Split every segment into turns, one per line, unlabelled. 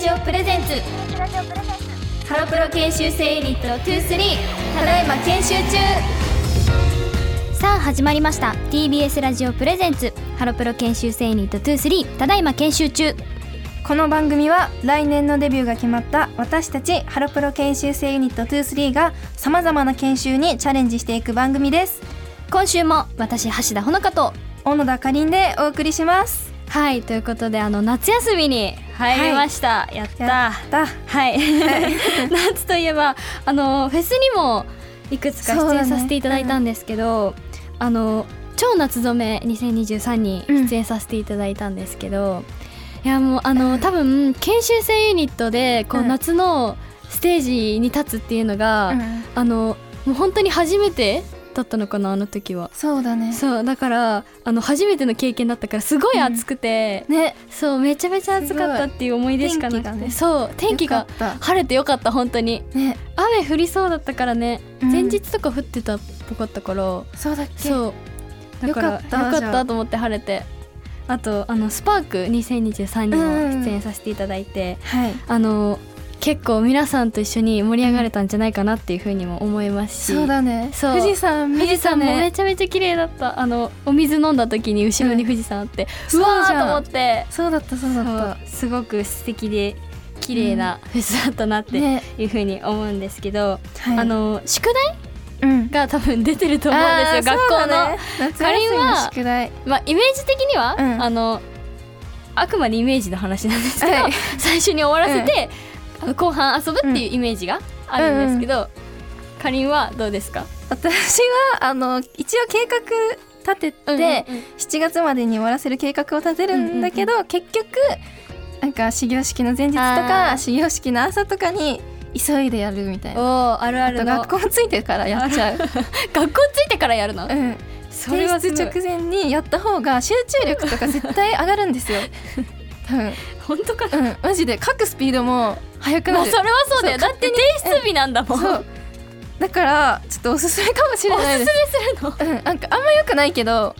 ツハロプロ研修生ユニット23ただいま研修中さあ始まりました TBS ラジオプレゼンツハロプロ研修生ユニット23ただいま研修中
この番組は来年のデビューが決まった私たちハロプロ研修生ユニット23がさまざまな研修にチャレンジしていく番組です
今週も私橋田ほのかと
小野田かりんでお送りします
はいということであの夏休みに入りました、やった
やった
はい 夏といえばあのフェスにもいくつか
そう
出
だ
演
ね
させていただいたんですけど、あの超夏染め2023に
うん
出演させていただいたんですけど、いやもうあの多分研修生ユニットでこう、
うん
夏のステージに立つっていうのが、
うん
あのもう本当に初めてだったのかなあの時は。
そうだね
そうだからあの初めての経験だったからすごい暑くて、
ね
そうめちゃめちゃ暑かったっていう思い出しかなくて、
すごい天気が
そう天気が
ねよかった
晴れてよかった本当に
ね
雨降りそうだったからね、
うん
前日とか降ってたっぽかったから
そうだっけ
そうだから
よかった
よかったと思って晴れてあとあのスパーク2023にも出演させていただいて、
はい
あの結構皆さんと一緒に盛り上がれたんじゃないかなっていうふうにも思いますし
そうだね
そう
富士山見
富士
えた
山もめ
ね
ちゃめちゃ綺麗だったあのお水飲んだ時に後ろに富士山あって、
う
うんわ
そうじ
ー
ゃ
と
ん
思って
そうだったそうだっ
そうすごく素敵で綺麗なフェスだったなったて
ね
いうふうに思うんですけど、
はい
あの宿題
うん
が多分出てると思うんですよ
あー
学
そ
校
う
の、
だね夏
かりん
休みの
は
宿題
まあイメージ的には、
うん
あのあくまでイメージの話なんですけど、
はい
最初に終わらせて、後半遊ぶっていうイメージがあるんですけど、かりんはどうですか
私はあの一応計画立てて、
うんうんうん
7月までに終わらせる計画を立てるんだけど、結局なんか始業式の前日と
あ
か
ー
始業式の朝とかに急いでやるみたい
お
な
ーあるあ
あ
る
と
の
学校ついてからやっちゃう、
学校着いてからやるの
うん、
それは
提
す
出
ごい
直前にやった方が集中力とか絶対上がるんで すよ多分
本当かな
うんマジで書くスピードも速く
ま
な
あ
る、
それはそうだよ
そう
だって提出日なんだもん
そうだからちょっとおすすめかもしれ
お
ない
す
です
すめするの
うん、なんかあんま良くないけど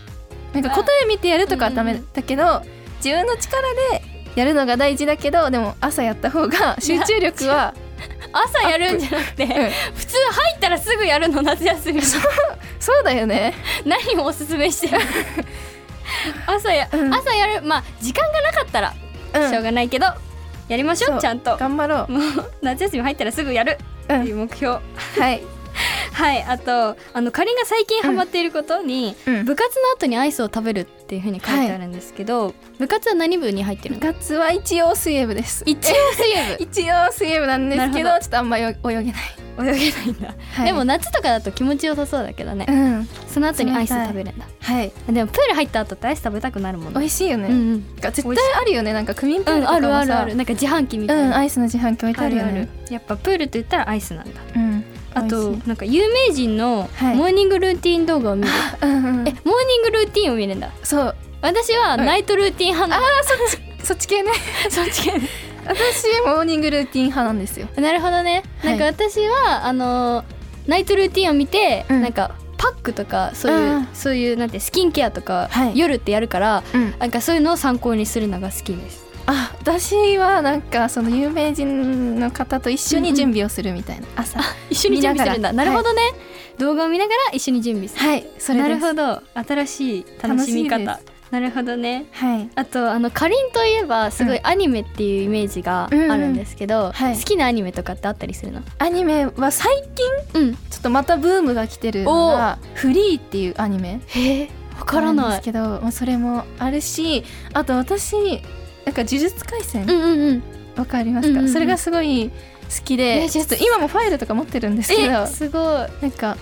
なんか答え見てやるとかはダ
うん
メ
うん
だけど、自分の力でやるのが大事だけどでも朝やった方 が集中力は、
朝やるんじゃなくて、
うん
普通入ったらすぐやるの夏休み
そうだよね
何をおすすめしてる朝や、
うん
朝やるまあ時間がなかったらし
うん
ょうがないけど、やりましょ
そうう
ちゃんと
頑張ろ
もう夏休み入ったらすぐやる
う、う
ってい
ん、
う目標、
はい
はいあとあのかりんが最近ハマっていることに、
うん
部活の後にアイスを食べるっていうふうに書いてあるんですけど、部活は何部に入ってる
部
の
活は一応水泳部です
一応水
一応水泳部なんですけど
なるほど
ちょっとあんまよ泳げない、
泳泳げないんだ、
はい
でも夏とかだと気持ちよさそうだけどね、
うん
その後にアイス食べるんだ
はい
でもプール入った後ってアイス食べたくなるもん
美
ね
味しいよ
う
ね、
んうん
なんか絶対あるよねなんかクミンプールとかもさ、
あるあるあるなんか自販機み
う
たいな、
んアイスの自販機置いてあるよね
やっぱプールと言ったらアイスなんだ
うん
あと
美味しい
なんか有名人の
はい
モーニングルーティン動画を見る、
うんうん
えモーニングルーティンを見るんだ
そう
私は
うん
ナイトルーティン派な、
そっち系ね
そっち系ね
私モーニングルーティン派なんですよ。
なるほどね、
はい
なんか私はあのーナイトルーティンを見て、
うん
なんかパックとかそういう、
うん
そういうなんてスキンケアとか、
はい
夜ってやるから
うん、
なんかそういうのを参考にするのが好きです
あ私はなんかその有名人の方と一緒
うんう
に
ん
準備をするみたいな、朝
一緒に準備するんだ
見
な
なが
る
ら
ほどね、動画を見ながら一緒に準備する
はいそれです
なるほど新しい楽しみ
楽
方
し
なるほどね
はい
あとあのかりんといえばすごいアニメっていうイメージがあるんですけど、
はい
好きなアニメとかってあったりするの
アニメは最近
うん
ちょっとまたブームが来てるのが「フリー」っていうアニメ
へえわから
んで
な
す
い
けどまあそれもあるしあと私なんか「呪術廻戦
う」んうんうん
わかりま
う
すか、
んうんうん
それがすごい好きで、
ね
ちょっと今もファイルとか持ってるんですけど
えすごい
なんか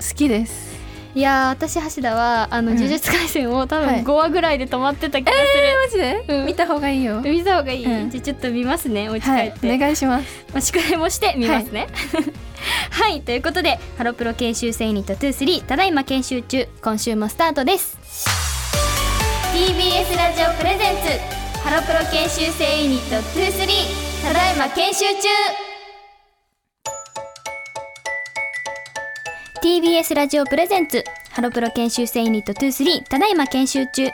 好きです
いやー私橋田はあの
うん
呪術廻戦を多
はい
分5話ぐらいで止まってた気がす
えマジで、
うん
見た方がいいよ
る、見た方がいい、
うん
じゃあちょっと見ますねお家帰
は
っ
い
て、
お願いします
まあ、宿題もしてみますね。 はい、ということでハロプロ研修生ユニット23ただいま研修中今週もスタートです TBS ラジオプレゼンツハロプロ研修生ユニット23ただいま研修中 TBS ラジオプレゼンツハロプロ研修生ユニット23ただいま研修中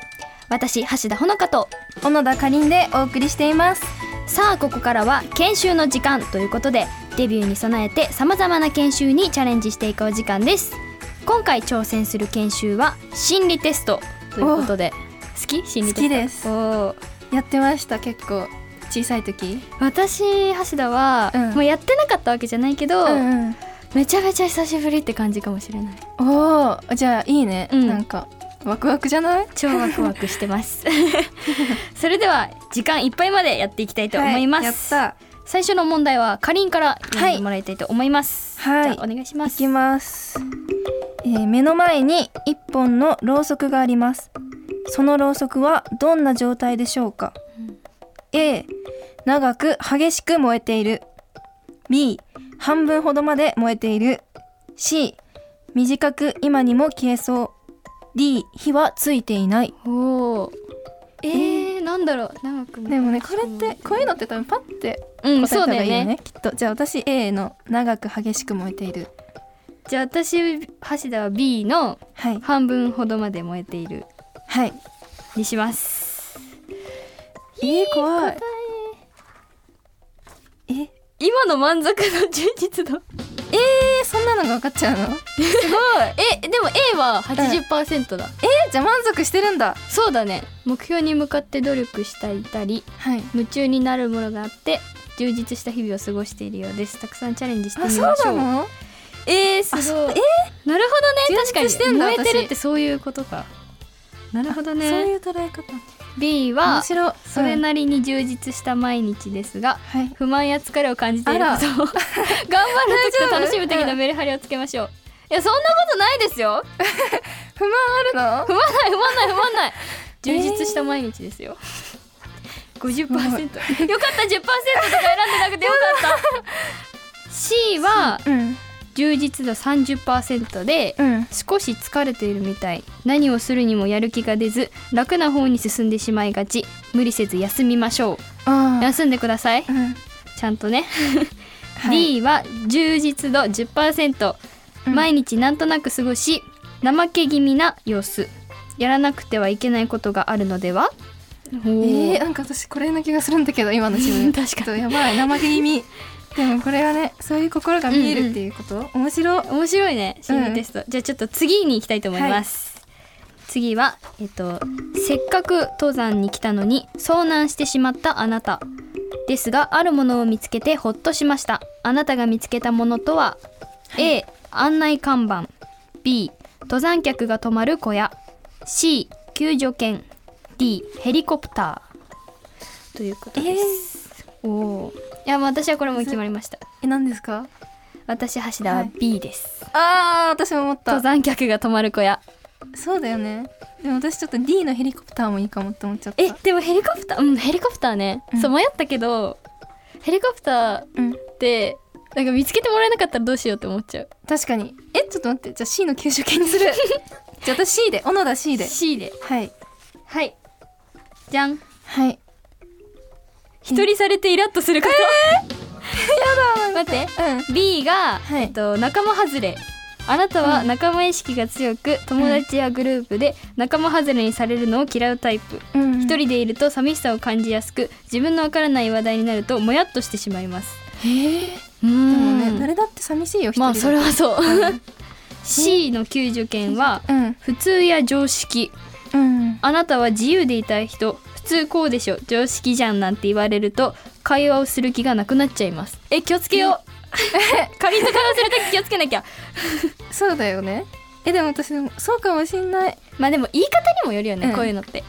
私橋田ほのかと
小野田かりんでお送りしています
さあここからは研修の時間ということでデビューに備えてさまざまな研修にチャレンジしていくお時間です今回挑戦する研修は心理テストということで好き心理テスト
好きです
おー
やってました結構小さい時
私橋田は、
うん
もうやってなかったわけじゃないけど、
んうん
めちゃめちゃ久しぶりって感じかもしれない
おーじゃあいいね、
うん
なんかワクワクじゃない
超ワクワクしてます それでは時間いっぱいまでやっていきたいと思います、
はい、やっ
最初の問題はかりんから読んでもらいたいと思います、
はいはい
じゃあお願いしたま
い
す
きます、えー目の前に一本のろうそくがありますそのろうそくはどんな状態でしょうか、A 長く激しく燃えている B 半分ほどまで燃えている C 短く今にも消えそう D 火はついていない
おーえー、なんだろう長く
でもねこれってこういうのって多分パッて
うん
答え
そ
た
う
方
だよ
がいいよね,、
ね
きっとじゃあ私 A の長く激しく燃えている
じゃあ私橋田は B の
はい
半分ほどまで燃えている
はい
にします
えー、怖いええ
今の満足の充実度
ー、そんなのが分かっちゃうの
すごいえでも A は80%だ、
えじゃあ満足してるんだ
そうだね目標に向かって努力していたり
はい
夢中になるものがあって充実した日々を過ごしているようですたくさんチャレンジしてみ
あ
まし
そう
ょう
なの
えー、す
あそ
ご
う
いなるほどね確か
充実してん
に
だ
燃えてる
私
ってそういうことかなるほど
えそう
ね
いう捉え方
B
面
は
白い
それなりに充実した毎日ですが
はい、はい
不満や疲れを感じていることを 頑張る時と楽しむ時のメリハリをつけましょういやそんなことないですよ
不満ある
不満ない不満ない不満ない充実した毎日ですよ、50%よかった10%とか選んでなくてよかった C は
の
充実度30%で
うんうん
少し疲れているみたい何をするにもやる気が出ず楽な方に進んでしまいがち無理せず休みましょう
あ
休んでください
あうん
ちゃんとね、
はい
D は充実度10%、
うん
毎日なんとなく過ごし怠け気味な様子やらなくてはいけないことがあるのではえ
えー、なんか私これな気がするんだけど今の自分
確かに
ちょっとやばい怠け気 味でもこれはねそういう心が見えるっていうこと、面白い
面白いね心理テスト、じゃあちょっと次に行きたいと思います、次はえっとせっかく登山に来たのに遭難してしまったあなたですがあるものを見つけてほっとしましたあなたが見つけたものとは、A 案内看板 B 登山客が泊まる小屋 C 救助犬 D ヘリコプターということです、おおーいやもう私はこれも決まりました
え何ですか
私橋田は B です、
あー私も思った
登山客が泊まる小屋
そうだよねでも私ちょっと D のヘリコプターもいいかもって思っちゃった
えでもヘリコプターうんヘリコプターね、
うん
そう迷ったけどヘリコプター
うん
ってなんか見つけてもらえなかったらどうしようって思っちゃう
確かにえちょっと待ってじゃあ C の給食犬にする じゃあ私 C で小野田 C で
C で
はい
はいじゃん
はい
一人されてイラッとすること、
や
待って
だうん
B が、
はい
えっと、仲間外れあなたは仲間意識が強く友達やグループで仲間外れにされるのを嫌うタイプ
うん
一人でいると寂しさを感じやすく自分のわからない話題になるともやっとしてしまいます
へえ
うー
で
ん
もね誰だって寂しいよ一人
まあそれ
は
はそう C の救助犬は
うん
普通や常識
うん
あなたは自由でいたい人普通こうでしょ常識じゃんなんて言われると会話をする気がなくなっちゃいますえ気をつけようかりんと 会話するとき気をつけなきゃ
そうだよねえでも私でもそうかもしんない
まあでも言い方にもよるよね、
うん
こういうのって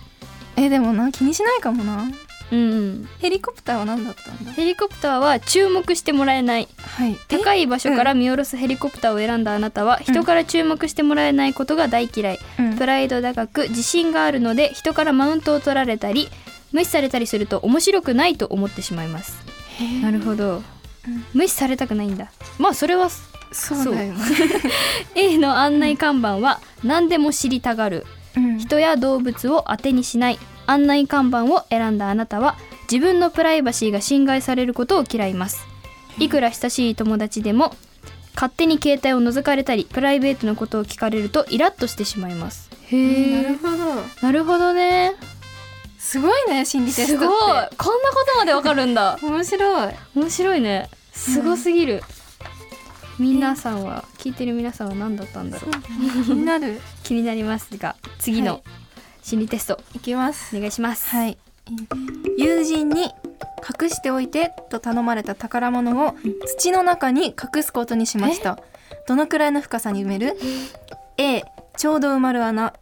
えでもな気にしないかもな
うんうん
ヘリコプターは何だったんだ
ヘリコプターは注目してもらえない
はい
高い場所から見下ろすヘリコプターを選んだあなたは人から注目してもらえないことが大嫌い
うん
プライド高く自信があるので人からマウントを取られたり無視されたりすると面白くないと思ってしまいますなるほど、
うん
無視されたくないんだまあそれは
そうだよね
A の案内看板は何でも知りたがる
うん
人や動物を当てにしない案内看板を選んだあなたは自分のプライバシーが侵害されることを嫌いますいくら親しい友達でも勝手に携帯を覗かれたりプライベートのことを聞かれるとイラッとしてしまいますへ
えーなるほど
なるほどね。
すごいね心理テ
す
ス
ごい
トっ
こんなことまでわかるんだ
て面白い
面白いねすごすぎる、皆さんは聞いてる皆さんは何だったんだろう
気になる
気になりますが次
は
の
い
心理テスト
いきます
お願いします、
はい友人に隠しておいてと頼まれた宝物を土の中に隠すことにしましたどのくらいの深さに埋める A ちょうど埋まる穴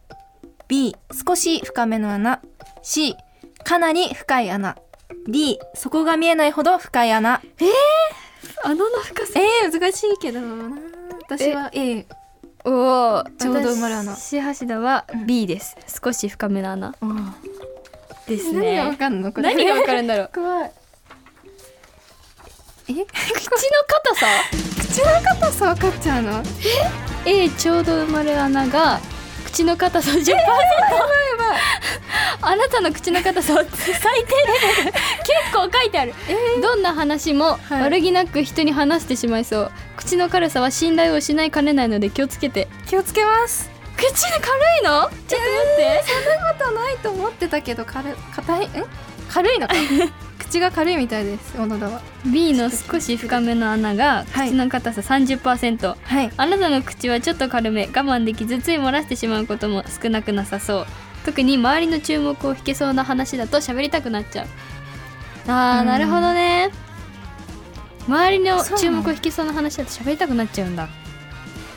B 少し深めの穴 C かなり深い穴 D 底が見えないほど深い穴
穴の深さ
えー、難しいけどな私は A
おお
ちょうど埋まる穴
私橋田は B です、少し深めの穴です
何がわ
ね
かんのこれ
何がわかるんだろう
怖いえ
口の硬さ
口の硬さ分かっちゃうの
A ちょうど埋まる穴が口の硬さ10%、えあなたの口の硬さは 最低結構書いてある、どんな話も
はい
悪気なく人に話してしまいそう、口の軽さは信頼を失いかねないので気をつけて
気をつけます
口の軽いのちょっと待って、
硬ないと思ってたけど軽硬いん軽 いのか口が軽いみたいです小野田は
B の少し深めの穴が
はい
口の硬さ30%、
はい
あなたの口はちょっと軽め我慢できずつい漏らしてしまうことも少なくなさそう特に周りの注目を引けそうな話だと喋りたくなっちゃうあー
うん
なるほどね周りの
そうな
注
の
目を引けそうな話だと喋りたくなっちゃうんだ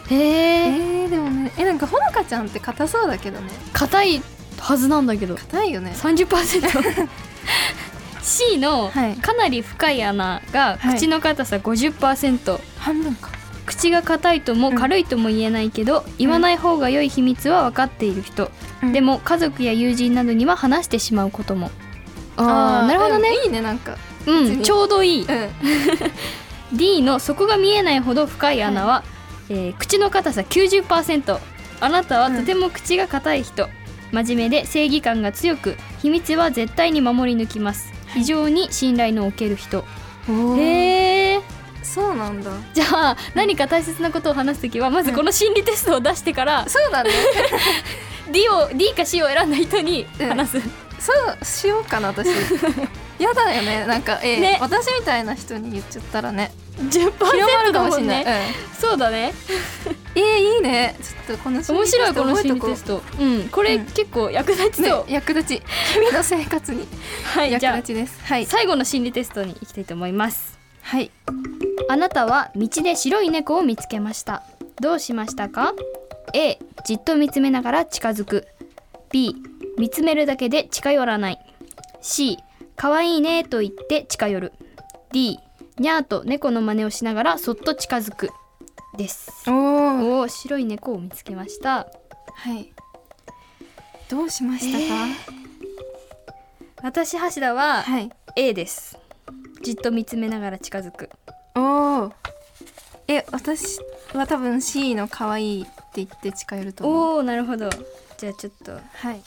え
へえ
ー、でもねえなんかほのかちゃんって硬そうだけどね
硬いはずなんだけど
硬いよね
30%C の
はい
かなり深い穴が口の硬さ50%、
半分か
口が硬いとも軽いとも言えないけど、言わない方が良い秘密は分かっている人、
うん
でも家族や友人などには話してしまうこともあ
ー
あなるほどね
でもいいねなんか
う
別
ん
に
ちょうどいい
うん
D の底が見えないほど深い穴は、えー口の硬さ90%あなたはとても口が硬い人、真面目で正義感が強く秘密は絶対に守り抜きます非常に信頼のおける人
おー
へえ
そうなんだ
じゃあ何か大切なことを話すときはまずこの心理テストを出してから
そ うだね
D を D か C を選んだ人に話 す、
そうしようかな 私やだよねなんか、えー
ね
私みたいな人に言っちゃったらね広ま
10%
るか
だ
も
も
しれ
ん
ない、
ねそうだね
うんえー、いいねちょっとこの心
面
理テ
白
ス
い
ト
この
覚え
心
と
理
こ
テストうんこれ
うん
結構役立ちそう、
う、ね、役立ち君の生活に
はいじ
役
ゃ
立ちですは
あ
い
最後の心理テストに行きたいと思います
はい
あなたは道で白い猫を見つけましたどうしましたか A じっと見つめながら近づく B 見つめるだけで近寄らない C かわいいねと言って近寄る D にゃーと猫の真似をしながらそっと近づくです
おお
おー白い猫を見つけました
はいどうしましたか、
私橋田は
はい
A ですじっと見つめながら近づく
おおえ私は多分 C の可愛いって言って近寄ると思う
おおなるほどじゃあちょっと
はい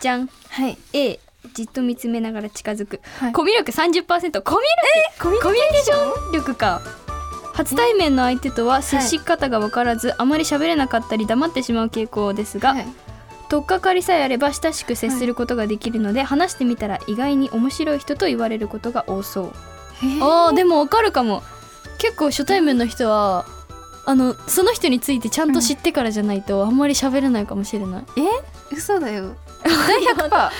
じゃん
はい
A じっと見つめながら近づく、
はい
コミュ力30%コミュ力、コミュニケーション力か初対面の相手とは接し方が分からず、あまり喋れなかったり黙ってしまう傾向ですが、
はい
取っかかりさえあれば親しく接することができるので、話してみたら意外に面白い人と言われることが多そう、
へー
あーでも分かるかも結構初対面の人はあのその人についてちゃんと知ってからじゃないとあんまり喋れないかもしれない、
嘘だよ絶対100%絶対可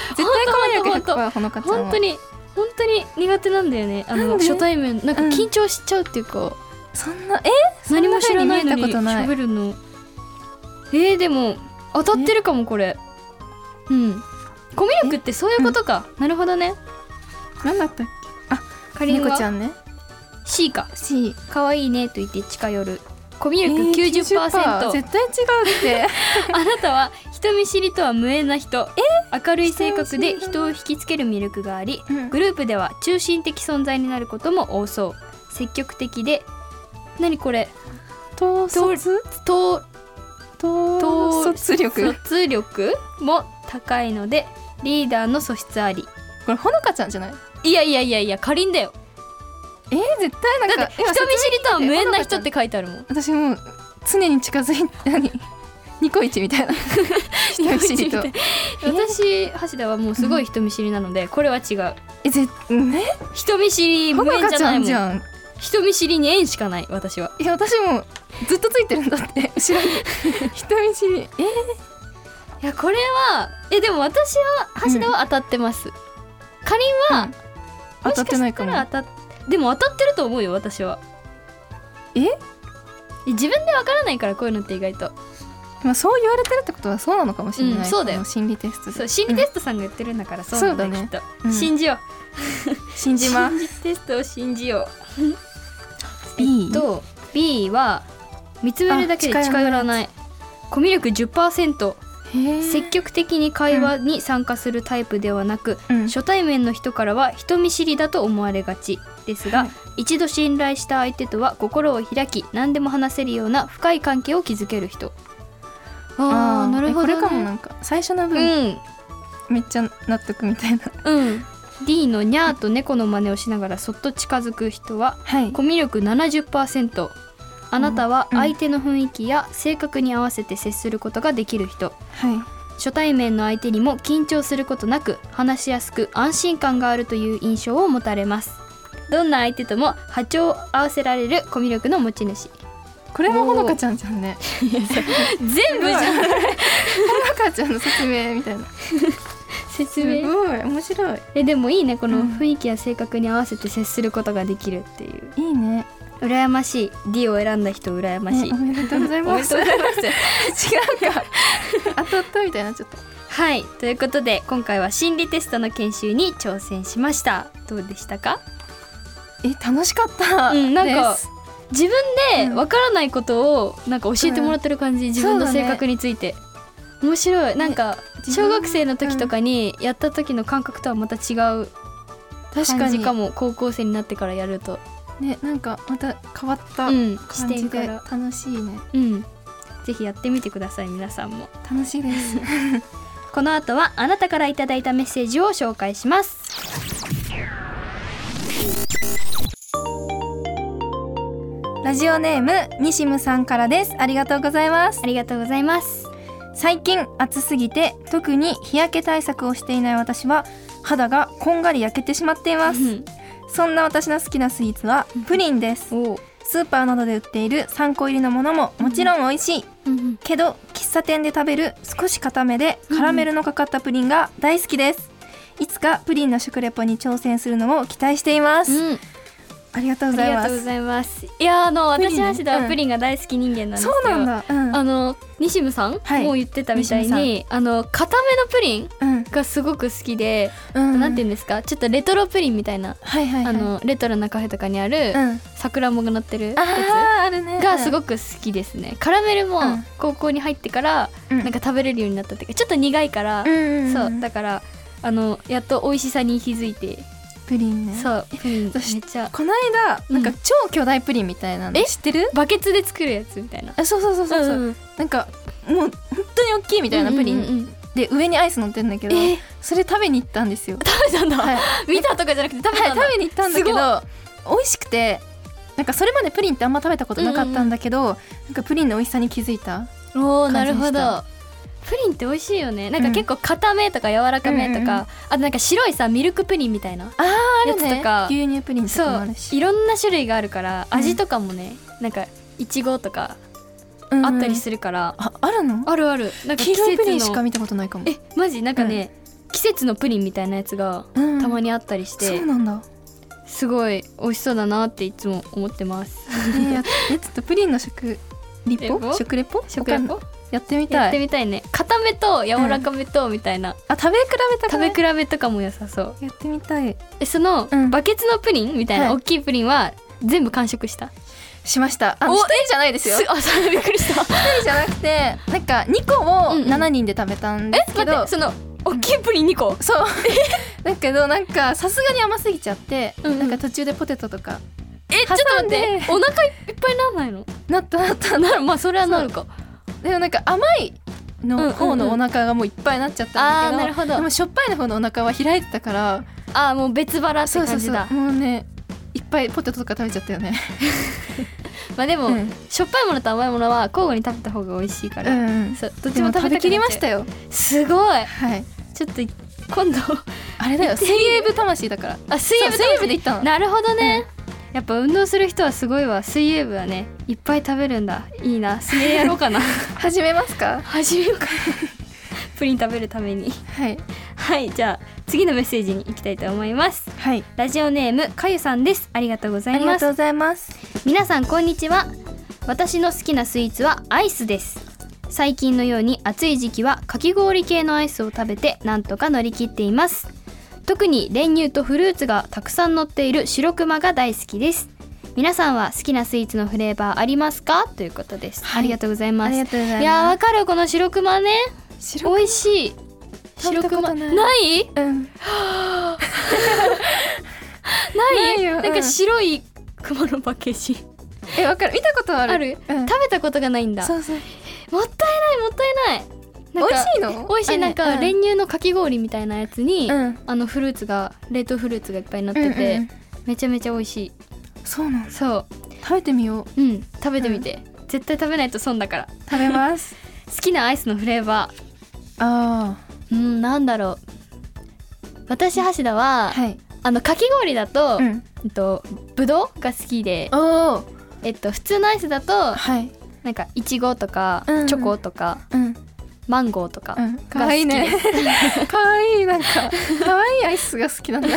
愛い
ほんと
100%ほのかちゃんは
本当に本当に苦手なんだよねあ
な
の
んで
初対面なんか
うん
緊張しちゃうっていうか、
そんなえそん
何
な
も知らないのに
風見えたことない
喋るのえー、でも当たってるかもこれうんコミュ力ってそういうことか、なるほどね
何だったっ
か
け
りん
猫ちゃ
は
んね
C か
C
可愛いねと言って近寄るコミュ力
えー
90%、
絶対違うって
あなたは人見知りとは無縁な人明るい性格で人を引きつける魅力があり
うん
グループでは中心的存在になることも多そう積極的で何これ
統率
統
統率力
率力も高いのでリーダーの素質あり
これほのかちゃんじゃない
いやいやいやいやかりんだよ
えー、絶対なん
だ
か
って人
今
見知りとは無縁な人
説明聞い
って書いてあるもん
私もう常に近づいて何ニコイチみた いな人見知りと
みたい 私橋田はもうすごい人見知りなのでこれは違う
えぜね
人見知り
ほ
無
の
縁
か
じゃ
ち
な
ゃ
い
ん
もん
じゃん
人見知りに縁しかない私はい
や私もずっとついてるんだって 後ろに人見知りえ
いやこれはえでも私は橋田は当たってます、かりんは、
うん当たってないかも
ししたら当たっでも当たってると思うよ私は
え
自分でわからないからこういうのって意外と
まあそう言われてるってことはそうなのかもしれない、
うんそうだよ
この心理テストで
そう心理テストさんが言ってるんだからそうなんだ,、
そうだね
きっと、
うん
信じよ
うん
う
信じます
心理テストを信じよう
B
と B は見つめるだけで
あ
近
近寄
寄
ら
ら
な
ないコミュ力10%
へー
積極的に会話に参加するタイプではなく、
うん
初対面の人からは人見知りだと思われがちですが、
はい
一度信頼した相手とは心を開き何でも話せるような深い関係を築ける人
あ
あー
あ
なるほど、ね、
これかもなんか最初の
う
分、
ん
めっちゃ納得みたいな
うん、D のニャーと猫の真似をしながらそっと近づく人は
はい
コミュ力70%あなたは
うん
相手の雰囲気や性格に合わせて接することができる人
はい
初対面の相手にも緊張することなく話しやすく安心感があるという印象を持たれますどんな相手とも波長を合わせられるコミュ力の持ち主
これもほのかちゃんじゃんね
全部じゃん
ほのかちゃんの説明みたいな
説
すごい
明
面白い
えでもいいねこの
うん
雰囲気や性格に合わせて接することができるっていう
いいね
羨ましい D を選んだ人羨ましい、
ねおめでとうござ い
おめ
ま
ですとうございます
違うか当たったみたいなちょっと
はいということで今回は心理テストの研修に挑戦しましたどうでしたか
え楽しかった
うんなんか
です
自分
う
で
ん
わからないことをなんか教えてもらってる感じ、自分の
そうだね
性格について、面白いなんか
自
小
分
学生の時とかにやった時の感覚とはまた違う
確か
感じ
に
かも高校生になってからやると
ねなんかまた変わっ
う
た感
ん視
じ
点か
で
ら
楽しいね
うんぜひやってみてください皆さんも
楽しいです
この後はあなたからいただいたメッセージを紹介します
ラジオネーム西むさんからですありがとうございます
ありがとうございます
最近暑すぎて特に日焼け対策をしていない私は肌がこんがり焼けてしまっています
うん
そんな私の好きなスイーツはプリンです
おう
スーパーなどで売っている3個入りのものももちろん美味しい
うん
けど喫茶店で食べる少し固めでカラメルのかかったプリンが大好きですいつかプリンの食レポに挑戦するのを期待しています、
うん
ありがとう
あ
ご
り
ざい
が
ま
とうご
す
ざいます。いやあの
プリ
私
ンね
橋田はプリンが大好き人間なんです
そ
よ。
うなん。だうん
あの西武さん、
はい
もう言ってたみたいにあの固めのプリン
うん
がすごく好きで、
うん
なんて
う
言うんですかちょっとレトロプリンみたいな、
のはいはいはい
あのレトロなカフェとかにある、
うん
桜もが乗ってる
あ
や
ーあるね
つがす
く、
ごく好きですね。カラメルも
うん
高校に入ってから
う
なんか食べれるようになったっていうかちょっと苦いから、
うんうんうん、
そうだからあのやっと美味しさに気づいて、
プリンね
そうプリンめっ
私
ちゃ
この間
うん
なんか超巨大プリンみたいなの
え
知ってる
バケツで作るやつみたいな。
あそうそうそうそうそう、
んん
なんかもう本当に大きいみたいなプリン、
うんうんうん
で上にアイス乗ってるんだけど、
えー
それ食べに行った んですよ
食べたんだ、
はい、
見たとかじゃなくて食べたんだ、
はい食べに行ったんだけど美味しくてなんかそれまでプリンってあんま食べたことなかったんだけど、なんかプリンの美味しさに気づいた
おーなるほ
感じで
ど
し
プリンって美味しいよねなんか
うん
結構固めとか柔らかめとか、
うんうんうん
あとなんか白いさミルクプリンみたいな
あ
あるね
やつとか牛乳プリンと
そ
かもあ
う
るし
いろんな種類があるから
うん
味とかもね、なんかいちごとか
うんうん
あったりするから、
ああるの
あるあるなんか
黄
季
色いプリン
節
しか
の
見たことないかも
えマジなんかね、季節のプリンみたいなやつが
うん
たまにあったりして、
そうなんだ、
すごい美味しそうだなっていつも思ってます
えーやっえちょっとプリンの食リ
レポ
ポ食レポ
食レ
わかんない
ポ
やってみ
や
た
って
い
みたいね固めと柔らかめとみたいな、
あ食べ比べたくない
食べ比べとかも良さそう
やってみたい
えその、
うん
バケツのプリンみたいな、
はい
大きいプリンは全部完食した
しましたあの
お
一人じゃないですよ一
あそれびっくりした
人じゃなくてなんか2個を
うんうん
7人で食べたんです
待
けど、
ってその大きいプリン2個、
そう だけどなんかさすがに甘すぎちゃって、
うんうん
なんか途中でポテトとか
えちょっと待っ
挟ん
て
で
お腹いっぱいなんないの
なったなった
なるまあそれはなるか
でもなんか甘いの方のお腹がもういっぱいになっちゃったんだけ
うんう
ど,、
んうんあーなるほど
でもしょっぱいの方のお腹は開いてたから
あもう別腹って
そうそ
感
う
じ
そう
だ
もうねいっぱいポテトとか食べちゃったよね
まあでも、
うん
しょっぱいものと甘いものは交互に食べた方が美味しいか
う
ら、
んうん
そうどっち
で
も
も
食べ
食
たくな
べ
っちゃう
きりましたよ
すごい
はい
ちょっと今度
あれだよ水泳部魂だから
あ水泳部
そう水泳部で行ったの
なるほどね、やっぱ運動する人はすごいわ水泳部はねいっぱい食べるんだいいな水泳やろうかな
始めますか
始めようかな プリン食べるために
はい
はいじゃあ次のメッセージに行きたいと思います
はい
ラジオネームかゆさんですありがとうござ
あ
い
り
ま
がと
す
うございます
皆さんこんにちは私の好きなスイーツはアイスです最近のように暑い時期はかき氷系のアイスを食べてなんとか乗り切っています特に練乳とフルーツがたくさん乗っている白熊が大好きです皆さんは好きなスイーツのフレーバーありますかということです、
は
あ
い
りがとうございます
ありがとうございます
やーわかるこの白熊ね
白
美味しい
食べ
白
たこと
熊
ない
ない
うん
ない
ないようん
なんか白い熊のパッケージ食
えわかる見たことある
ある
うん
べたことがないんだ
そうそう
もったいないもったいないなんか
美味しいの
美味し
あ
い
れ
なんか
うん
練乳のかき氷みたいなやつに、
うん
あのフルーツが冷凍フルーツがいっぱい乗ってて、
うんうん
めちゃめちゃ美味しい
そうなんです
そ
食べてみよう
ううん食べてみて、絶対食べないと損だから
食べます
好きなアイスのフレーバー
あ
うんなんだろう私橋田は、
あはい
あのかき氷だと、
う
え
ん
っとぶどうが好きで、
おお
えっと普通のアイスだと
はい
なんかいちごとか、
うんうん
チョコとか
うん
マンゴーとか、
うん可愛いね 可愛いなんか可愛いアイスが好きなんだ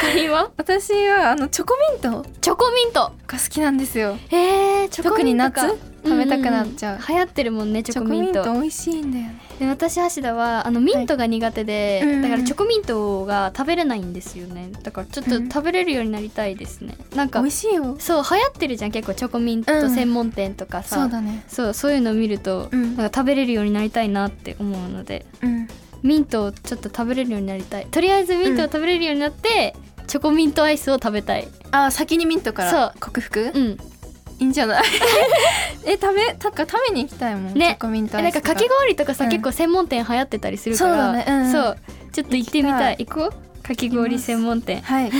会話
私はあのチョコミント
チョコミント
が好きなんですよ
えー、チョコ
特
ミ
に
ントか
夏食べたくなっちゃう、
んんん流行ってるもんねチ
チ
ョ
ョ
コ
コミ
ミン
ン
ト
ト美味しいんだよね
で私橋田はあのミントが苦手で、
うんうん
だからチョコミントが食べれないんですよねだからちょっと
うん
食べれるようになりたいですねなん
美
か
味しいよ
そう流行ってるじゃん結構チョコミント専門店とかさ、
そうだね
そうそういうの見ると、
うん
なんか食べれるようになりたいなって思うので
うん
ミントをちょっと食べれるようになりたいとりあえずミントを食べれるようになって、チョコミントアイスを食べたい
あ先にミントから
そう
克服、
う
い
ん
いんじゃ ないえ食べなんか食べに行きたいもん、
ね
チョコミントア
なん
イス
かかき氷とかさ、
うん
結構専門店流行ってたりするから
そうだねうん
そうちょっと行ってみたい
行
行こうかき氷専門店
はい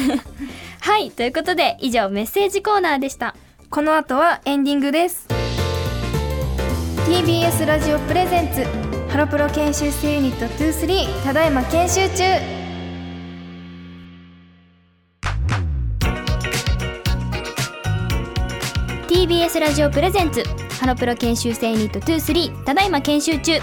はいということで以上メッセージコーナーでした
この後はエンディングです TBS ラジオプレゼンツハロプロ研修生ユニット23ただいま研修中
ー TBS ラジオプレゼンツハロプロ研修生ユニット23ただいま研修中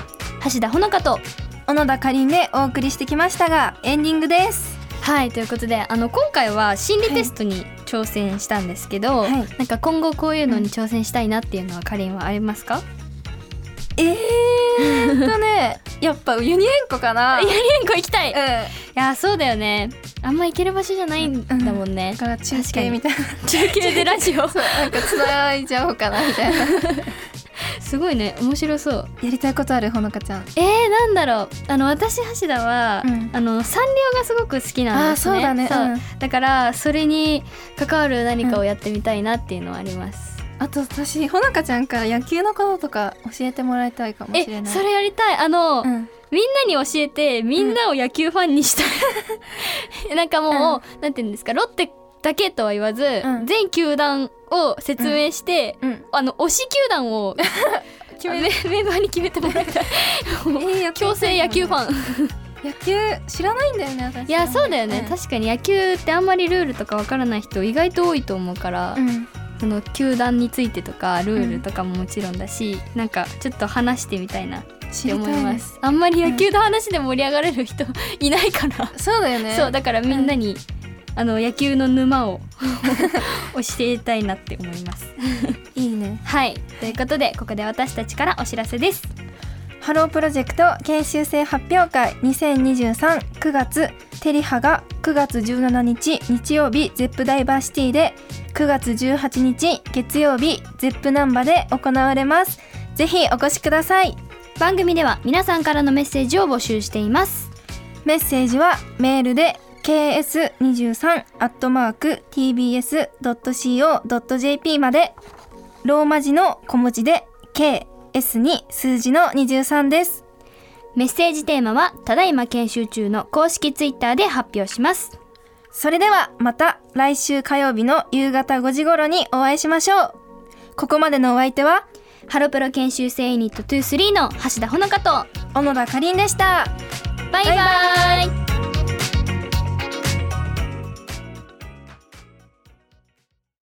橋田ほのかと
小野田かりんでお送りしてきましたがエンディングです
はいということであの今回は心理テストに挑戦したんですけど、
はい
なんか今後こういうのに挑戦したいなっていうのはかりんはありますか
えーっとねやっぱユニエンコか
や
な
りんこ行きたいい
うん
やそうだよねあんま行ける場所じゃないんだもんね、
だから中
確かに
継みたいな
中継でラジオ
そうなんかつないじゃおうかなみたいな
すごいね面白そう
やりたいことあるほのかちゃん
えー、なんだろうあの私橋田は、
うん
あのサンリオがすごく好きなんですね
あーそうだね
そう
うん
だからそれに関わる何かをやってみたいなっていうのはあります、
あと私ほのかちゃんから野球のこととか教えてもらいたいかもしれ
え
ない
それやりたいあの、
うん
みんなに教えてみんなを野球ファンにしたい、 なんかもう、なんていうんですかロッテだけとは言わず、
うん
全球団を説明して、
うん
あの推し球団を
決め
メメンバー に決めてもらい たいもう
えー
強制野球ファン
野球知らないんだよね私
いやそうだよね、確かに野球ってあんまりルールとかわからない人意外と多いと思うから、
にうん
その球団についてとかルールとかももちろんだし、なんかちょっと話してみたいなっ
知
て
り
思
た
い
い
ま
ですす
あんまり野球の話で盛り上がれる人いないから、
そうだよね
そうだからみんなに、あの野球の沼 を教えたいなって思います
いいね
はいということでここで私たちからお知らせです
ハロープロジェクト研修生発表会20239月テリハが9月17日日曜日ゼップダイバーシティで9月18日月曜日ゼップナンバで行われますぜひお越しください
番組では皆さんからのメッセージを募集しています
メッセージはメールで ks23 アットマーク tbs.co.jp までローマ字の小文字で ks に数字の23です
メッセージテーマはただいま研修中の公式ツイッターで発表します
それではまた来週火曜日の夕方5時頃にお会いしましょうここまでのお相手は
ハロプロ研修生ユニット23の橋田ほのかと
小野田かりんでした
バイバイ